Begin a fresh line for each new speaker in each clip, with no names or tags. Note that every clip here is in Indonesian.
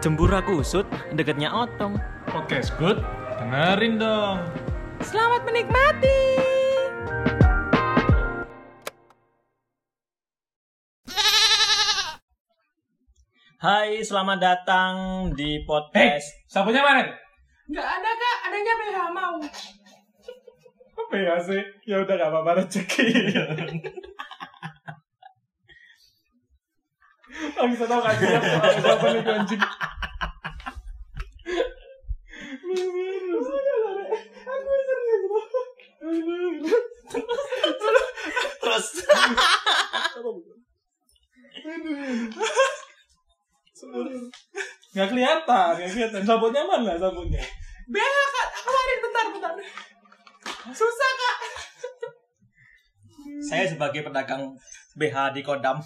Jembura kusut, deketnya otong.
Podcast good, dengerin dong.
Selamat menikmati.
Hai, selamat datang di
Hei,
podcast.
sapunya mana?
Gak ada kak, adanya BH mau.
Apa ya sih? Ya udah gak apa-apa rezeki. Aku bisa tau gak siap apa nih anjing. Aku serius
Eh, Terus
Gak kelihatan, gak kelihatan. Sabutnya mana sabutnya?
BH kak, keluarin bentar bentar. Susah kak.
saya sebagai pedagang BH di Kodam.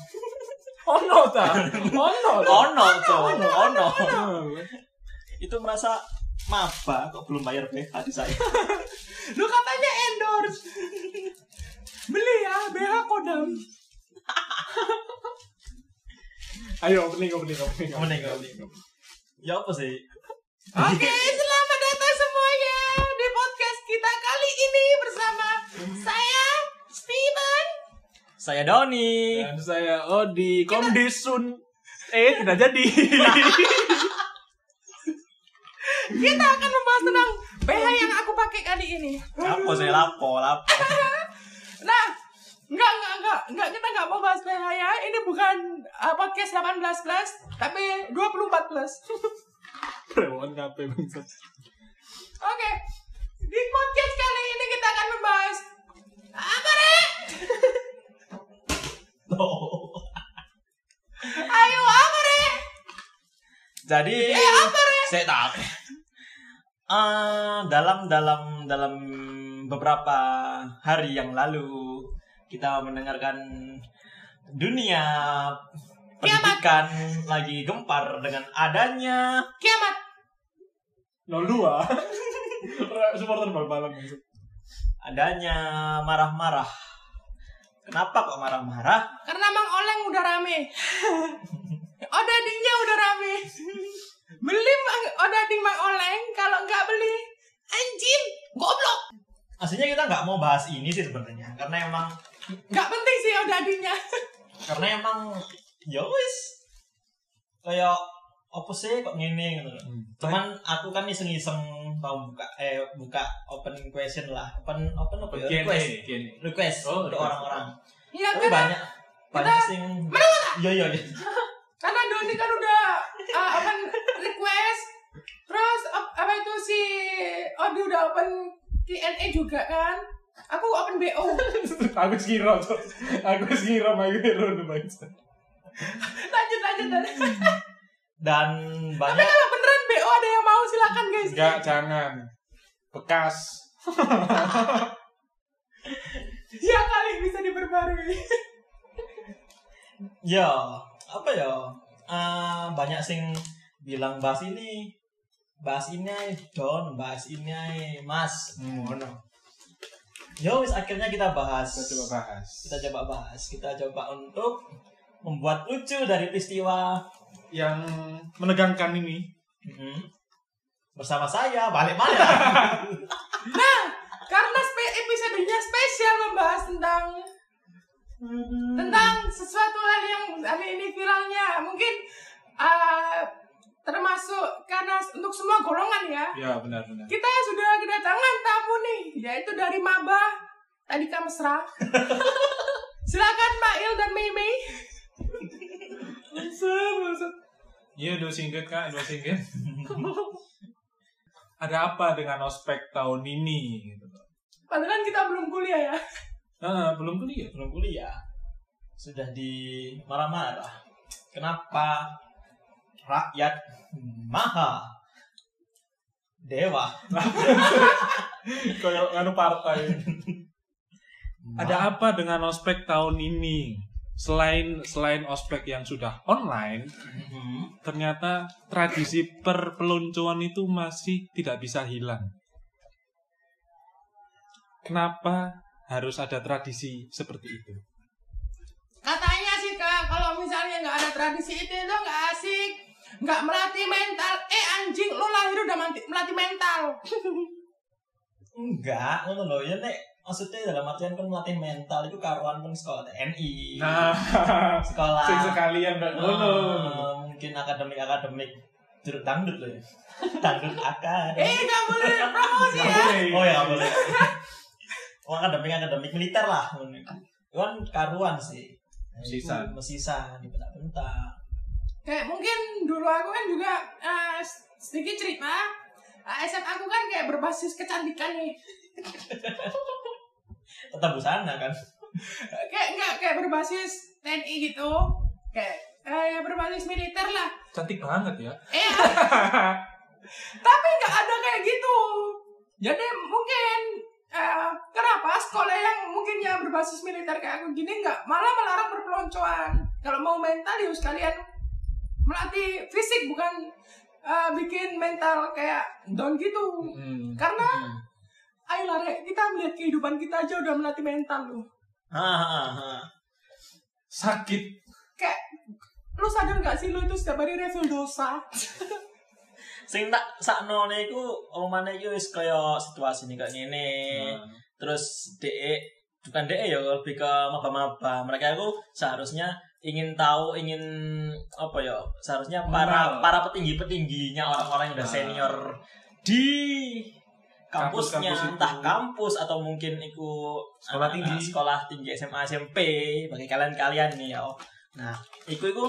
Ono ta? Ono
Oh,
ta?
Ono, Cok. Ono.
Ono.
Itu merasa maba kok belum bayar BH di saya.
Lu katanya endorse. Beli ya, BH kodam.
Ayo, opening, opening, opening.
Opening, opening. ya apa sih?
Oke, selamat datang semuanya di podcast kita kali ini bersama saya Steven.
Saya Doni.
Dan saya Odi Komdisun. Eh, tidak jadi.
Kita akan membahas tentang BH yang aku pakai kali ini.
Lapo saya lapo, lapo.
Nah, enggak, enggak, enggak, enggak, kita enggak mau bahas PH ya. Ini bukan uh, podcast 18 plus, tapi 24 plus.
Rewon kape bangsat.
Oke, di podcast kali ini kita akan membahas apa Rek?
Loh.
Ayo apa Rek?
Jadi
Eh apa Rek?
saya tak. Ah, dalam dalam dalam beberapa hari yang lalu kita mendengarkan dunia
Kiamat.
pendidikan lagi gempar dengan adanya
Kiamat.
02. Supporter bal-balan bangsat.
adanya marah-marah. Kenapa kok marah-marah?
Karena Mang Oleng udah rame. Odadingnya udah rame. beli Mang Odading Mang Oleng, kalau enggak beli anjing, goblok.
Aslinya kita nggak mau bahas ini sih sebenarnya, karena emang
Enggak penting sih Odadingnya.
karena emang ya wis kayak apa sih kok ngene gitu loh.
Hmm.
Cuman aku kan iseng-iseng mau buka eh buka open question lah. Open open apa ya? Request.
eh,
Request
Oh,
untuk
request.
orang-orang.
Iya
Tapi
kan?
banyak banyak sing Iya iya iya.
karena Doni kan udah uh, open request terus op- apa itu si Odi udah open Q&A juga kan aku open BO
Aku sekiro, Cok. Aku sekiro mayu run bangsat.
lanjut lanjut lanjut.
Dan
tapi
banyak
kalau beneran BO ada yang mau silakan guys
Enggak, jangan. Bekas.
ya kali bisa diperbarui
ya apa ya? Eh, banyak sing bilang bahas ini bahas ini ae, Don, bahas ini ae, Mas.
Hmm.
Ngono. Ya wis akhirnya kita bahas.
Kita coba bahas.
kita coba bahas kita coba untuk membuat lucu dari peristiwa
Yang menegangkan ini. Mm-hmm.
bersama saya balik mana
nah karena spe- episodenya spesial membahas tentang tentang sesuatu hal yang hari ini viralnya mungkin uh, termasuk karena untuk semua golongan ya
Ya, benar benar.
Kita sudah kedatangan tamu nih, yaitu dari Maba Tadika Mesra. Silakan Mail dan Mei Mei.
Bangsat, bangsat. Iya, dua singkat kak, dua singkat. Ada apa dengan ospek tahun ini? Gitu.
Padahal kita belum kuliah ya.
Ah, belum kuliah.
belum kuliah sudah di marah-marah kenapa rakyat maha dewa
Kayak nganu partai. Ada apa dengan ospek tahun ini? Selain selain ospek yang sudah online,
Mhm.
ternyata tradisi perpeloncoan itu masih tidak bisa hilang. Kenapa harus ada tradisi seperti itu?
Katanya sih kak, kalau misalnya nggak ada tradisi itu itu nggak asik. nggak melatih mental eh anjing lu lahir udah manti- melatih mental
Enggak, ngono lho ya nek maksudnya dalam artian kan melatih mental itu karuan kan sekolah TNI.
Nah,
sekolah
sing sekalian mbak ngono.
eh, mungkin akademik-akademik jeruk dangdut loh ya. dangdut akademik.
eh nggak boleh promosi ya
Oh ya boleh. Oh akademik-akademik militer lah. ngono. Kan karuan sih.
Mesisan.
Mesisa di bentak-bentak.
kayak mungkin dulu aku kan juga eh, sedikit cerita eh, SMA aku kan kayak berbasis kecantikan nih
Tetap busana kan.
kayak nggak kayak berbasis TNI gitu kayak eh, berbasis militer lah
Cantik banget ya.
eh tapi nggak ada kayak gitu jadi mungkin eh, kenapa sekolah yang mungkin yang berbasis militer kayak aku gini nggak malah melarang berpeloncoan kalau mau mental ya sekalian melatih fisik bukan eh, bikin mental kayak down gitu
Hmm.
karena
Hmm.
ayolah Rek, kita melihat kehidupan kita aja udah melatih mental loh
Ah, ah, ah.
Sakit.
kayak lu sadar nggak sih lu itu setiap hari refill dosa
Sing tak sakno niku omane iki wis kaya situasi nih kayak ngene.
Hmm. Ah.
terus DE bukan DE ya lebih ke maba-maba mereka itu seharusnya ingin tahu ingin apa ya seharusnya para
Mengenal.
para petinggi petingginya orang-orang yang udah
Ah.
senior di kampusnya
Kampus-kampus itu.
entah kampus atau mungkin itu
Sekolah
anak-anak
tinggi.
sekolah tinggi SMA SMP bagi kalian-kalian nih ya nah itu itu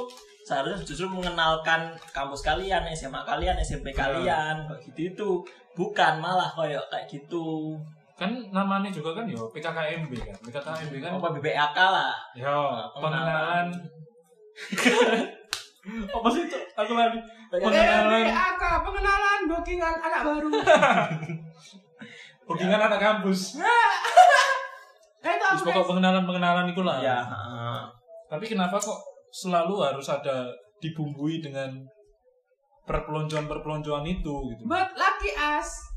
seharusnya justru mengenalkan kampus kalian SMA kalian
Nah.
SMP kalian kayak gitu itu bukan malah kayak kayak gitu
Kan namanya juga kan yo PKKMB kan. PKKMB kan
apa BBAK lah
yo pengenalan. Apa sih itu? Aku lari. Pengenalan.
BMBAK Eh, pengenalan bookingan anak baru
Bookingan anak kampus.
nah itu
Terus
aku kayak
pokok pengenalan-pengenalan ikulah.
ya heeh.
Tapi kenapa kok selalu harus ada dibumbui dengan perpeloncoan-perpeloncoan itu gitu?
But lucky us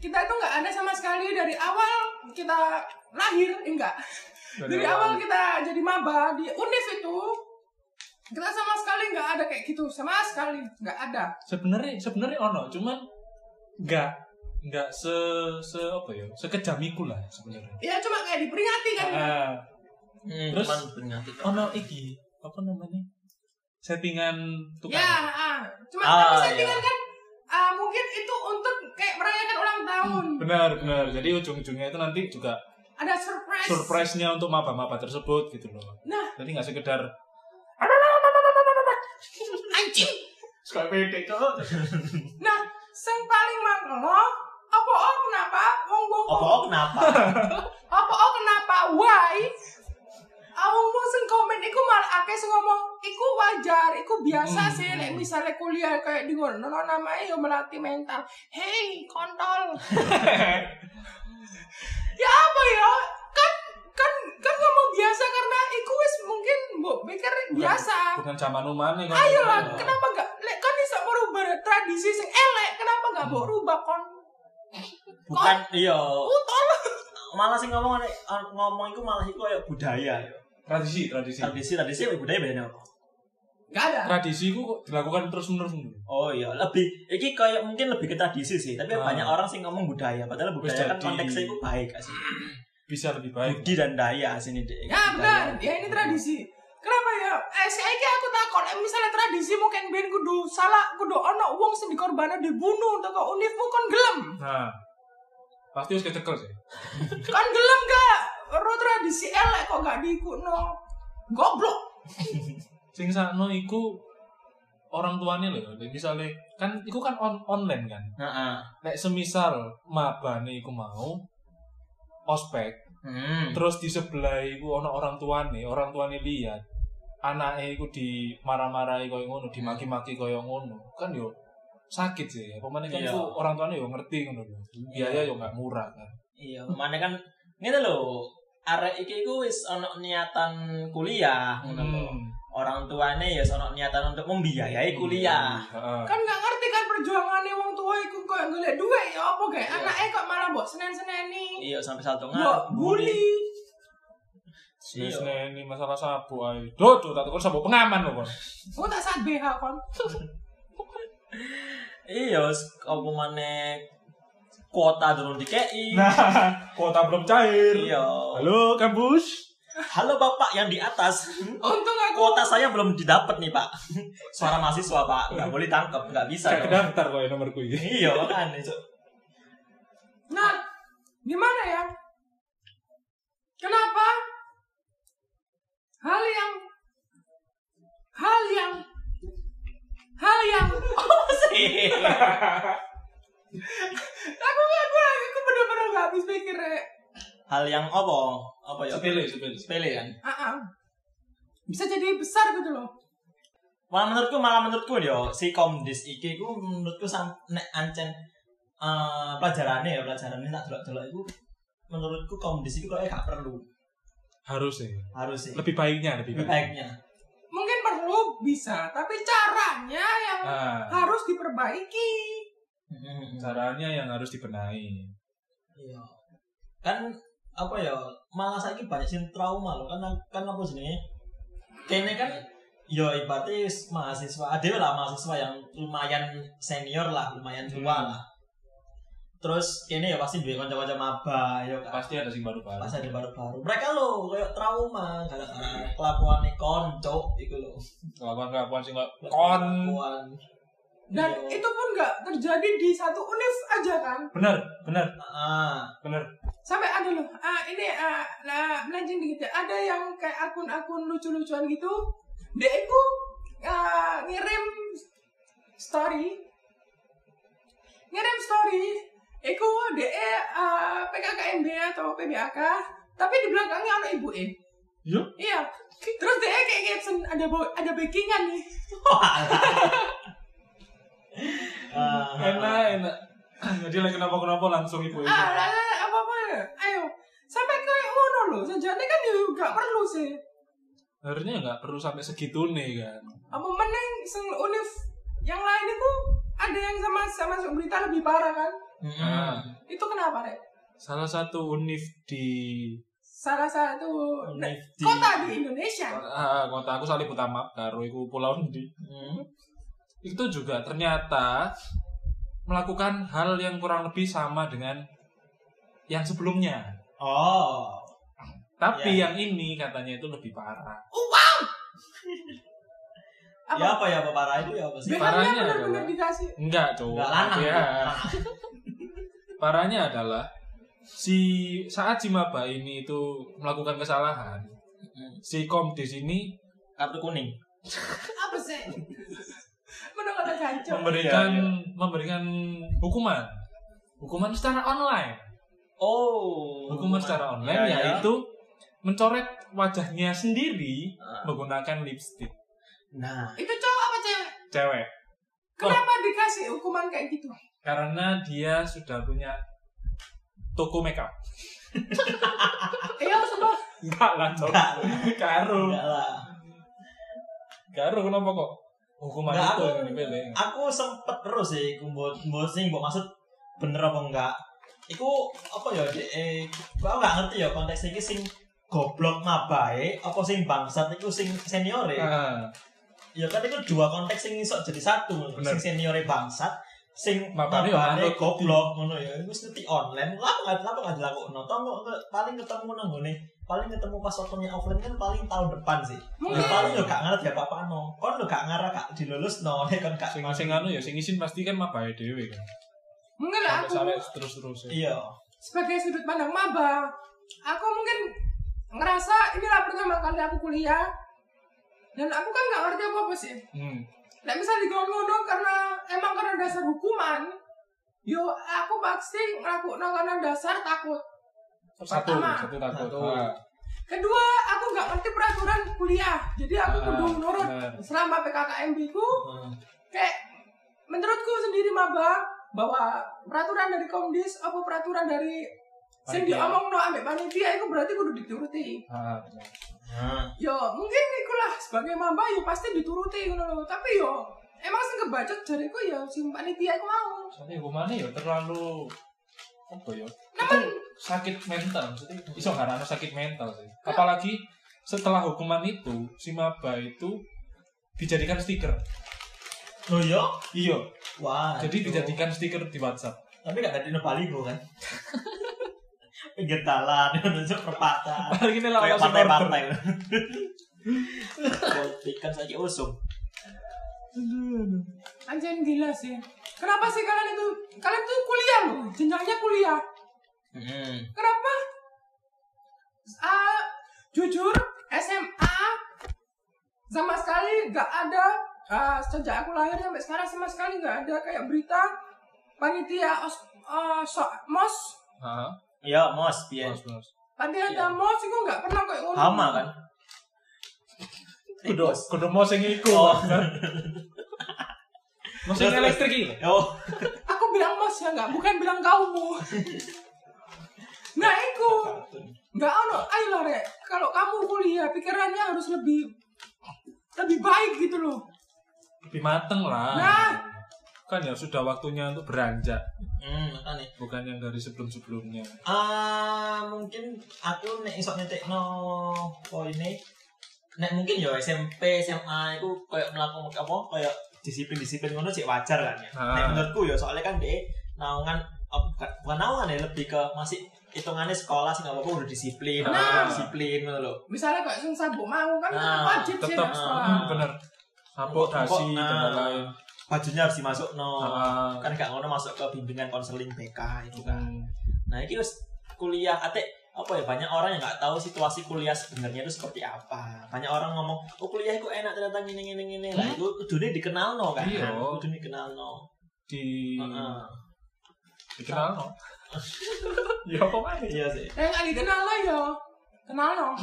kita itu nggak ada sama sekali dari awal kita lahir eh, enggak dari, awal kita jadi maba di univ itu kita sama sekali nggak ada kayak gitu sama sekali nggak ada
Sebenarnya sebenarnya ono, cuman nggak nggak se se apa ya sekejam iku lah sebenarnya.
ya cuma kayak diperingati kan
Ah,
Hmm,
Terus?
cuman peringati.
ono iki apa namanya settingan tukang.
ya ah. cuma
Ah,
tapi saya
iya.
tinggal kan ah, mungkin itu untuk kayak merayakan ulang tahun
Benar benar. Jadi ujung-ujungnya itu nanti juga
ada surprise
surprise-nya untuk maba-maba tersebut gitu loh.
Nah.
Jadi nggak sekedar
anjing
suka pede cok.
Nah, sing paling mangkelo apa oh kenapa wong wong
Apa oh, kenapa?
apa oh kenapa why awakmu sing komen iku malah akeh sing ngomong iku wajar iku biasa
Hmm.
sih nek misalnya kuliah kayak di ngono no namanya yo melatih mental hey kontol ya apa ya kan kan kan ngomong biasa karena iku wis mungkin mbok pikir biasa
Bukan zaman umane kan.
Ayolah, kenapa enggak? Lek kan bisa merubah tradisi sing elek, kenapa enggak mau rubah kon?
Bukan iya.
Utol.
Malah sing ngomong ah, ngomong iku malah iku kayak budaya.
Tradisi, tradisi.
Tradisi tradisi apa budaya bedanya apa?
Enggak ada.
Tradisi ku kok dilakukan terus-menerus. dulu.
Oh iya, lebih iki kayak mungkin lebih ke tradisi sih, tapi
Ah.
banyak orang sih ngomong budaya, padahal
Wis
budaya kan
jadi-
konteksnya itu baik gak sih.
Bisa lebih baik.
Budi dan daya sini deh.
Ya benar, ya ini tradisi. Kenapa ya? Eh, si Aiki aku takon, eh, misalnya tradisi mungkin ben kudu salah, kudu ono wong sing dikorbano dibunuh untuk kok unifmu kon gelem.
Nah, pasti harus kecekel sih.
Kon gelem gak? Ro tradisi elek kok gak diikuno. Goblok.
Sing sakno iku orang tuanya loh. Jadi Misalnya kan iku kan on online kan.
Heeh.
Nek semisal mabane iku mau ospek
Hmm.
terus di sebelah iku ono orang tuane, orang tuane lihat anaknya iku di marah-marahi koyo ngono, dimaki-maki koyo ngono. Kan yo sakit sih. Apa meneh kan
Iya.
iku orang tuane yo ngerti ngono lho. Biaya yo gak murah kan.
Iya, mana kan ngene lho. Arek iki iku wis ono niatan kuliah ngono lho.
Hmm.
Orang tuane ya ono niatan untuk
Iya.
membiayai kuliah.
Heeh.
Kan gak ngerti kan perjuangannya wong tua iku kok golek duit ya apa gawe
Iya.
anaknya kok malah mbok senen-seneni.
Iya sampai satu
Mbok bully.
Iya.
Wis ini masalah sabu ae. Duh, duh, tak tukar sabu pengaman lho, Kon.
Aku tak saat BH kon.
Iya, apa maneh kuota durung dikei.
Nah, kota belum cair.
Iya.
Halo, kampus.
Halo Bapak yang di atas.
Untung aku
Kuota saya belum didapat nih, Pak. Suara mahasiswa, Pak. Nggak boleh tangkap, nggak bisa. dong.
Kayak daftar kok ya nomorku ini.
Iya, makanya. Cuk.
Nah, gimana ya? Kenapa? Hal yang hal yang hal yang aku nggak aku lagi aku bener-bener nggak habis pikir ya.
Hal yang apa? Apa ya?
Sepele, sepele.
Sepele kan?
Ah, ah. bisa jadi besar gitu loh.
malah menurutku malah menurutku yo si komdis iki ku menurutku sam nek ancen eh pelajarannya ya pelajarannya tak delok delok iku menurutku komdis iku kok gak perlu
Harus sih.
harus sih
Lebih baiknya, lebih
lebih
baik.
baiknya
Mungkin perlu bisa, tapi caranya yang
Nah,
harus diperbaiki.
Mm-mm.
caranya yang harus dibenahi.
iya kan apa ya malah saiki banyak sing trauma loh kan kan apa jenenge kene kan yo ibaratnya mahasiswa ada lah mahasiswa yang lumayan senior lah lumayan tua
Hmm.
lah terus kene ya pasti duwe kanca-kanca maba yo kan.
Pasti ada sing baru-baru.
pas ada baru-baru mereka lo kayak trauma gara-gara kelakuan nih konco itu lo
Kelakuan-kelakuan sing nggak- kon.
Kelakuan.
Dan
Iya.
itu pun nggak terjadi di satu univ aja kan.
Bener, bener,
ah
bener.
sampai ada loh ah, ini ah, nah, melenceng dikit ya. ada yang kayak akun-akun lucu-lucuan gitu dia itu ah, ngirim story ngirim story Iku de ah, PKKMB atau PBAK tapi di belakangnya ada ibu E
Iya?
iya terus dia kayak caption ada bo- ada backingan nih
Ah,
Enak, enak. Jadi lagi kenapa-kenapa langsung ibu itu.
ah lah, lah, apa apa ayo sampai kayak ngono loh sejatinya kan juga gak perlu sih
Harusnya nggak perlu sampai segitu nih kan.
apa meneng sing univ yang lain itu ada yang sama sama masuk berita lebih parah kan
mm-mm.
Ah.
itu kenapa rek
Salah satu univ di
salah satu ne-
Univ
Oh,
di-
kota di Indonesia
ah, kota aku Salih Utama karo iku pulau Ndi.
Mm.
Itu juga ternyata melakukan hal yang kurang lebih sama dengan yang sebelumnya.
oh
Tapi
Ya.
yang ini katanya itu lebih parah.
ya
apa
apa ya apa parah itu ya apa sih
Be-
BH-nya
parahnya
benar-benar
adalah-
dikasih
Enggak, cowok.
Enggak lanang.
Ya. Parahnya adalah si saat si maba ini itu melakukan kesalahan,
Mm.
si kom di sini
kartu kuning
apa sih menang kata kacau
memberikan
Iya,
memberikan hukuman. Hukuman secara online.
oh
Hukuman secara
Ya,
online
ya.
yaitu mencoret wajahnya sendiri
Ah.
menggunakan lipstick
nah
itu cowok apa cewek
cewek
kenapa dikasih hukuman kayak gitu
karena dia sudah punya toko makeup.
iya sumpah
Enggak lah, Cok.
enggak
Karo.
enggak lah
Karo kenapa kok? Hukuman
Enggak,
itu
aku-
yang dipilih.
aku sempet terus sih aku buat buat sih buat maksud bener apa enggak Iku apa ya dek eh, aku nggak ngerti ya konteks ini sing goblok mabae apa sing bangsat itu sing senior ya
Ah.
ya kan itu dua konteks sing iso jadi satu
Bener.
sing senior bangsat sing mabae
Mabae ya manut.
goblok ngono ya iku ngerti online lah nggak apa nggak dilakukan Tonggo, nge- paling ketemu nang ngene paling ketemu pas waktunya offline kan paling tahun depan sih Ya,
mungkin
paling yo gak ngerti apa apa no kon lo gak ngarah gak dilulus no kan gak
sing sing anu ya sing isin pasti kan mabae dhewe kan.
mungkin
Sampai
aku
sampai terus-terus. ya.
iya
sebagai sudut pandang maba aku mungkin ngerasa inilah pertama kali aku kuliah dan aku kan nggak ngerti apa apa sih
Hmm.
nggak bisa digono karena emang karena dasar hukuman yo aku pasti ngelakuin karena dasar takut
Satu,
Pertama.
satu takut.
Satu.
Ah,
kedua aku nggak ngerti peraturan kuliah jadi aku
ah,
kudu nurut
bener.
selama PKKMB ku
Hmm.
kayak menurutku sendiri maba bahwa peraturan dari komdis apa peraturan dari sing
Panitia.
diomong no ambek panitia itu berarti kudu dituruti
Ah, bener.
Nah,
yo mungkin ikulah sebagai mamba yo pasti dituruti ngono lho tapi yo emang sing kebacot jariku ya sing panitia iku mau
Tapi hukumannya ya terlalu apa ya?
Namun-
Itu sakit mental, maksudnya iso ngarano sakit mental sih. Apalagi setelah hukuman itu si maba itu dijadikan stiker
Loh yo?
iya
Wah.
jadi
itu.
dijadikan stiker di WhatsApp
Tapi gak ada baliho kan? Pinggir jalan, menunjuk perpatan.
paling ini lah
Kayak
orang sing order.
partai-partai. Politikan saja usum.
Aduh, aduh.
Anjir gila sih. Kenapa sih kalian itu? Kalian tuh kuliah loh, jenjangnya kuliah.
Hmm.
Kenapa? Ah, jujur SMA sama sekali nggak ada ah, sejak aku lahir sampai sekarang sama sekali nggak ada kayak berita panitia os, eh, so- mos
Hah?
Ya, Mos, piye?
Mas, mas.
panitia mos itu nggak pernah kayak ngono.
Iya. Hama kan?
Kudu, kudu mau sing iku.
Oh.
Mau sing elektrik iki.
Oh,
Aku bilang mos ya nggak, bukan bilang kamu. nah, itu. Enggak ono, oh ayo lah Rek. Kalau kamu kuliah pikirannya harus lebih lebih baik gitu loh.
Lebih mateng lah.
Nah.
Kan ya sudah waktunya untuk beranjak,
Hmm, makanya.
bukan yang dari sebelum-sebelumnya.
Ah, mungkin aku nek iso nyetekno poine nek mungkin ya SMP SMA itu kayak melakukan apa kayak disiplin-disiplin ngono sih wajar kan ya.
Ah.
Nek menurutku ya soalnya kan deh naungan apa, bukan, bukan naungan ya lebih ke masih hitungannya sekolah sih nggak apa-apa udah disiplin,
Nah.
udah disiplin gitu loh.
Misalnya kayak sing sabuk mau kan tetap
Nah,
wajib sih
tetap, hmm,
harus
ah,
sekolah.
ah.
Bener. Sapu dasi
Nah.
dan lain-lain.
Bajunya harus dimasuk no.
Ah.
Kan gak ngono masuk ke bimbingan konseling BK itu kan. Nah, ini terus kuliah ate apa ya banyak orang yang nggak tahu situasi kuliah sebenarnya itu seperti apa. Banyak orang ngomong, "Oh, kuliah itu enak ternyata gini gini gini." Lah itu kudune dikenal no kan.
Iya.
Kudune dikenal no.
Di
Heeh.
dikenal no. Ya kok mana?
Iya sih.
Nah, nggak dikenal lah ya. Kenal loh.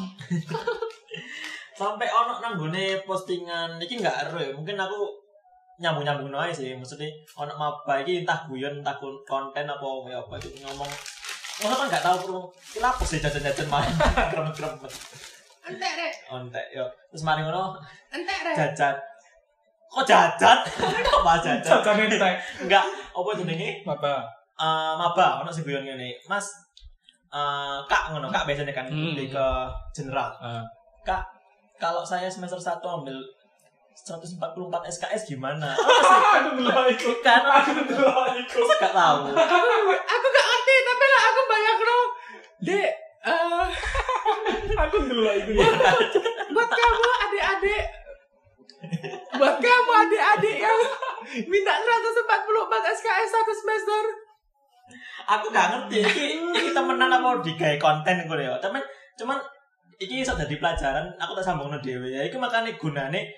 Sampai ono nang nggone postingan iki nggak ero ya. Mungkin aku nyambung-nyambung aja sih maksudnya ono maba iki entah guyon entah kon- konten apa ya apa itu ngomong Masa kan nggak tahu perlu kenapa sih jajan-jajan main kremet-kremet
Entek Rek,
ontek yo. Terus mari ngono
entek Rek.
jajan kok jajan kok bahas jajan
Jajan entek.
enggak apa jenenge
Apa?
Eh maba ono sing guyon ngene mas eh kak ngono kak biasanya kan
Hmm.
lebih ke general
Ah.
kak kalau saya semester 1 ambil 144 SKS gimana oh,
Aduh, ndelok iku.
kan aku
Aduh, ndelok iku.
gak tahu
Aku aku gak ngerti tapi lah aku banyak loh. Dek, eh,
Aku ndelok iku ya.
buat kamu adik-adik buat kamu adik-adik yang minta 144 SKS satu semester
aku gak ngerti iki iki temenan apa digawe konten ngono ya cuman cuman iki iso dadi pelajaran aku tak sambungno dhewe ya iku makane gunane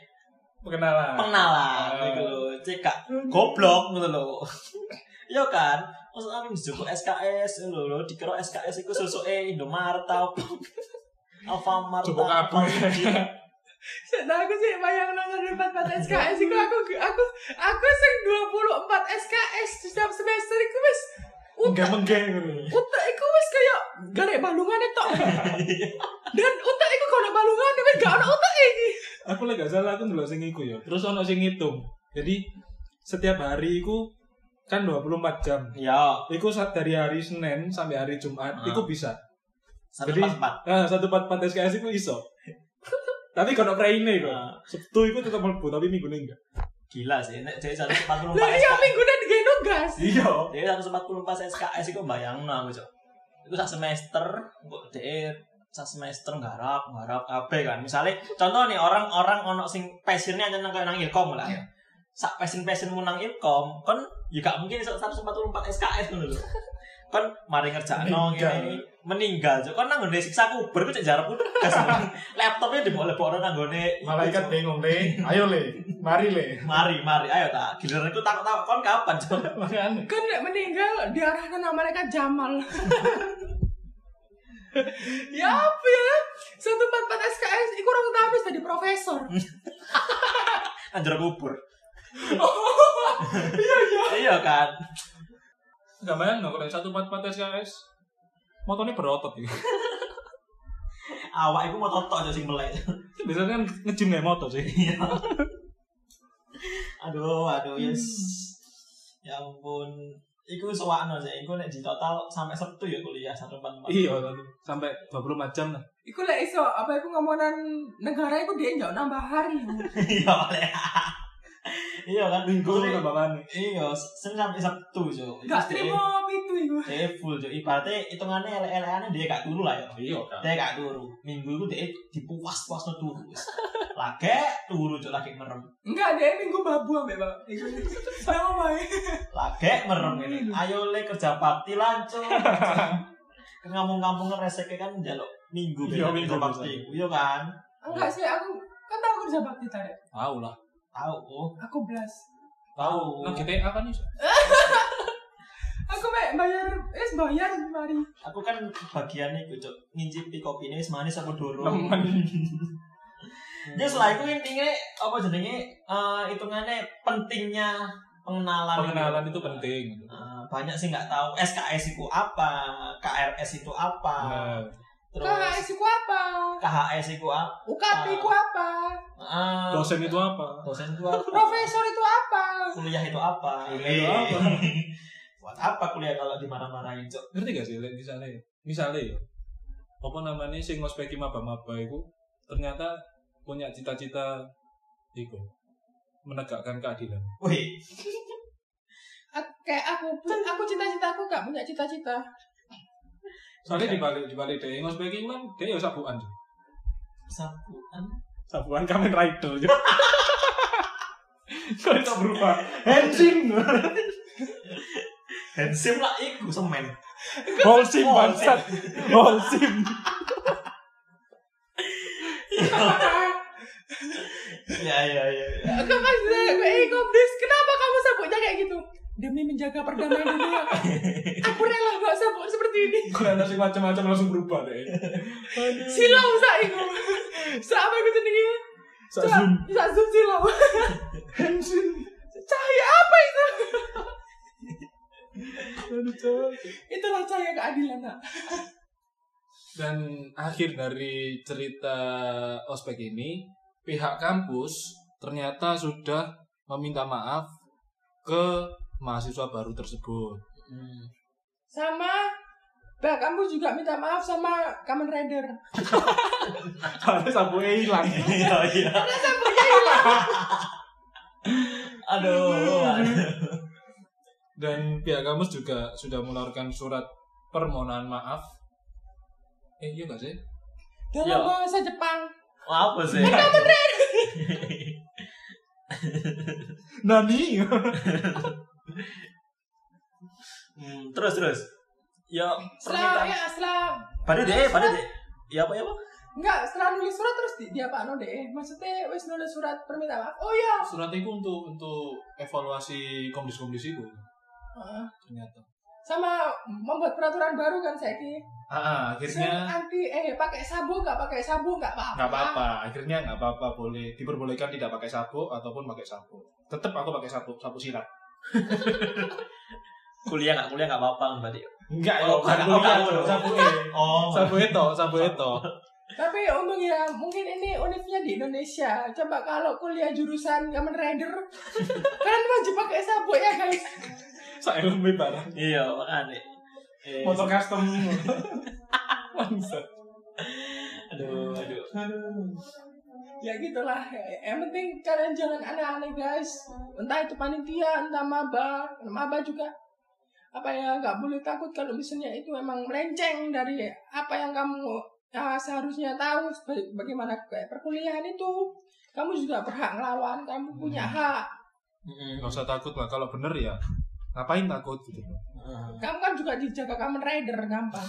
Nah.
Pengenalan.
pengenalan
Ah.
gitu loh cek kak goblok gitu loh Iya kan Terus aku njupuk SKS lho lho dikira SKS iku susuke Indomaret ta apa Alfamart
Cukup
ta apa.
kabeh.
Nah, aku sih bayang nonton 44 SKS itu aku aku aku sing 24 SKS di dalam semester itu wis
Enggak
utak
menggeng ngono.
utak itu wis kayak gare balungane tok.
Iya.
Dan utak itu kalau balungane wis gak ono utak iki.
aku lagi gak salah aku dulu sing iku ya terus ono sing ngitung jadi setiap hari iku kan 24 jam
Ya,
iku saat dari hari Senin sampai hari Jumat
Ah.
iku bisa
sampai
Jadi,
pas empat.
nah satu pat pat SKS iku iso tapi kalau praine kok
Ah.
Sabtu iku tetap mlebu tapi minggu enggak
Gila sih, nek jadi 144
Lah iya
SKS.
minggunya digeno gas.
iya
Jadi 144 SKS iku bayangno aku, Cok. Iku sak semester, kok dhek sak semester nggarap, nggarap kabeh kan. Misalnya contoh nih orang-orang ono sing passionnya hanya nang kayak nang Ilkom lah. ya. Sak passion-passionmu nang Ilkom, kon ya gak mungkin iso 144 SKS ngono lho. Kon mari ngerjakno
Meninggal.
ngene meninggal Cok. Kon nang nggone siksa kubur ku cek jarepku gas. Laptopnya dimolek-molek nang nggone
malaikat bingung le ayo le mari le
Mari, mari, ayo tak. Giliran aku takut-takut kon kapan, Cok?
makanya
Kan nek meninggal diarahkan nama mereka Jamal. ya apa ya? 144 SKS iku orang tahun wis jadi profesor.
Anjir kubur. iya, iya. Iya kan?
nggak bayang dong kalau satu pat pat SKS motornya berotot ya
Awak iku mau totok aja sing melek.
biasanya kan ngejim nggak motor sih
Iya.
Hmm.
aduh, aduh, yes. Ya ampun. Iku sewakno sih, iku nek di total sampai Sabtu ya kuliah 144.
Iya, lalu sampai 24 jam lah.
Iku lek iso apa iku ngomongan negara iku dia njok nambah hari.
Iya, oleh. Iya kan
Minggu
Kuliah-
nih kebangane.
Iya, Senin sampai Sabtu jo.
Gak terima pitu iku.
Dia full jo. Ibaratnya hitungannya elek-elekannya dia gak turu lah ya.
Iya kan.
Dia gak turu. Minggu itu dia dipuas-puas no turu. wis. Lagek turu jo lagi merem.
Enggak deh, minggu babu ambek bab. Iku. Sama wae.
Lagek merem ini.
Hmm.
Ayo le kerja bakti lancung. Kampung-kampung reseke kan njaluk minggu
Iya,
beda
minggu
kerja bakti. Iya kan.
Enggak sih aku kan tahu kerja bakti tadi.
Tahu lah.
Tahu oh.
Aku belas.
Tahu.
Nah, GTA kan iso.
Aku mek bayar, wis bayar mari.
Aku kan bagiannya gitu, Cok. Ngincipi kopi ini manis aku dulu. Ya setelah itu intinya apa jenenge eh, hitungannya pentingnya pengenalan.
Pengenalan itu penting.
Eh, banyak sih nggak tahu SKS itu apa, KRS itu apa,
Nah,
terus Ah.
KHS ku apa?
KHS itu apa,
UKP ku apa?
eh,
dosen itu apa?
dosen itu apa,
Profesor itu apa?
kuliah itu apa,
Kuliah itu apa?
Eh, buat apa kuliah kalau dimarah-marahin cok?
Ngerti gak sih Lek, misalnya? Misalnya ya. Apa namanya sing ngospeki maba-maba itu ternyata punya cita-cita iku menegakkan keadilan.
Wih,
Ak- Kayak aku, aku cita-citaku gak punya cita-cita.
Soalnya dibalik dibalik deh ngospeki kan dia ya sabuan. Jo.
sabuan,
Sabuan Kamen Rider. Jo. Kok itu berubah?
handsome, handsome lah iku semen.
Holsim
bangsat.
Holsim.
Ya ya ya. ya.
Aku pas eh Goblis, kenapa kamu sabuknya kayak gitu? Demi menjaga perdamaian dunia. Aku rela gak sabuk seperti ini.
Kalau ada sing macam-macam langsung berubah deh.
Silau sak iku. Sak apa iku jenenge?
Sak zoom.
Sak zoom silau.
Hansin.
Cahaya apa itu?
Aduh, Cok.
Itulah cahaya keadilan, Nak.
Dan akhir dari cerita ospek ini, pihak kampus ternyata sudah meminta maaf ke mahasiswa baru tersebut. Hmm.
Sama Bah, kamu juga minta maaf sama Kamen Rider.
Soalnya sabunya hilang.
Iya iya.
Karena sabuknya hilang.
Aduh. aduh.
Dan pihak kampus juga sudah mengeluarkan surat permohonan maaf. Eh, iya gak sih?
Dalam
Iya.
bahasa Jepang.
Apa sih?
Nani?
Hmm, terus terus. Ya
Setelah,
permintaan.
ya, setelah
Pada deh, pada deh. Ya apa ya apa?
Enggak, setelah nulis surat terus di, dia apa deh? Maksudnya wis nulis surat perminta maaf. Oh iya.
surat itu untuk untuk evaluasi komdis-komdis itu
Heeh.
ternyata.
Sama membuat peraturan baru kan saya ki.
Ah, ah,
Sing
akhirnya
anti eh pakai sabu nggak pakai sabu nggak apa-apa.
nggak apa-apa, akhirnya nggak apa-apa boleh diperbolehkan tidak pakai sabuk ataupun pakai sabuk. Tetap aku pakai sabuk, sabuk silat.
Kuliah nggak kuliah nggak apa-apa berarti.
Enggak,
Oh, bukan kuliah, Cok.
sabuk
Oh.
Sabuk itu, sabuk itu.
Tapi untung ya mungkin ini unitnya di Indonesia. Coba kalau kuliah jurusan Kamen Rider, kalian wajib pakai sabu ya guys.
Saya lebih barang.
Iya, makanya. Eh,
Motor custom. Bangsat.
aduh, aduh.
Ya gitulah. Eh, Yang penting kalian jangan aneh-aneh guys. Entah itu panitia, entah maba, maba juga. Apa ya nggak boleh takut kalau misalnya itu emang melenceng dari apa yang kamu ah, seharusnya tahu sebagai- bagaimana kayak perkuliahan itu. Kamu juga berhak ngelawan, kamu punya hak.
Mm-mm.
Nggak usah takut lah, kalau bener ya ngapain takut gitu loh.
Mm.
Kamu kan juga dijaga kamen rider gampang.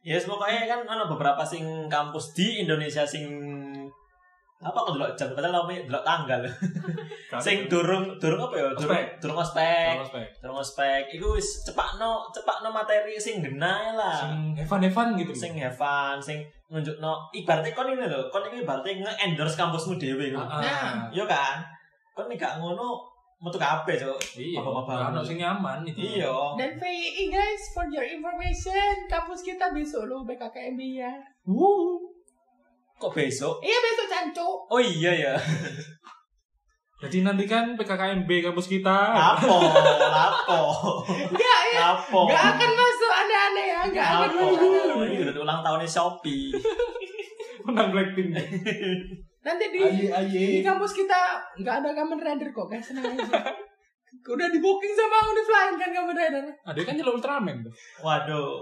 Ya, yes, pokoknya kan ada beberapa sing kampus di Indonesia sing apa aku dulu jam kata apa ya dulu tanggal sing durung durung apa ya durung
Ospek.
durung ospek
Ospek.
durung ospek iku wis cepakno cepakno materi sing genah lah
Sing Evan-Evan gitu. loh.
Ah. sing have fun, sing nunjukno ibaratnya kon ini lho, kon iki ibaratnya nge-endorse kampusmu dhewe lho.
Ah,
Nah.
ah.
Iya kan? Kon nek gak ngono metu kabeh, Cuk.
Iya,
Apa-apa.
anak sing nyaman itu.
Iya.
Dan VII guys, for your information, kampus kita besok lo BKKMB ya.
Wuh. Kok besok?
Iya besok cancuk.
Oh iya ya.
Jadi nanti kan PKKMB kampus kita.
Lapo, lapo,
Enggak ya.
lapo.
Enggak akan masuk aneh-aneh ya. Enggak akan
Lapo.
masuk.
Ini udah ulang tahunnya Shopee.
Menang Blackpink.
Nanti di
Iya.
Aye
di
aye.
kampus kita enggak ada Kamen Rider kok, guys. Senang aja. Udah di booking sama Uniflying kan Kamen Rider.
Ada kan nyelok Ultraman tuh.
Waduh,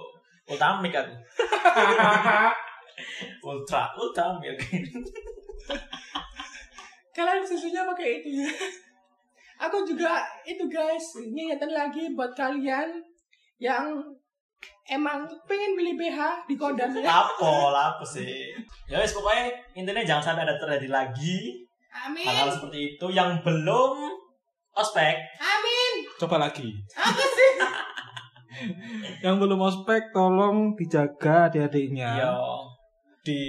ultramik aku. Ultra, ultramik.
Kalian susunya pakai itu ya. Aku juga itu guys, ini ingatan lagi buat kalian yang emang pengen beli BH di Kodam ya.
Lapo, lapo sih. Ya wes pokoknya intinya jangan sampai ada terjadi lagi hal-hal
Amin.
seperti itu yang belum ospek.
Amin.
Coba lagi.
Apa sih?
Yang belum ospek tolong dijaga adik-adiknya.
Yo,
Iya,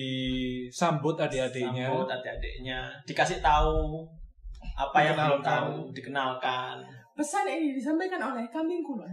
Disambut adik-adiknya.
sambut adik-adiknya, dikasih tahu apa yang belum
Dikenalkan.
tahu, dikenalkan.
Pesan ini disampaikan oleh kambing kulon.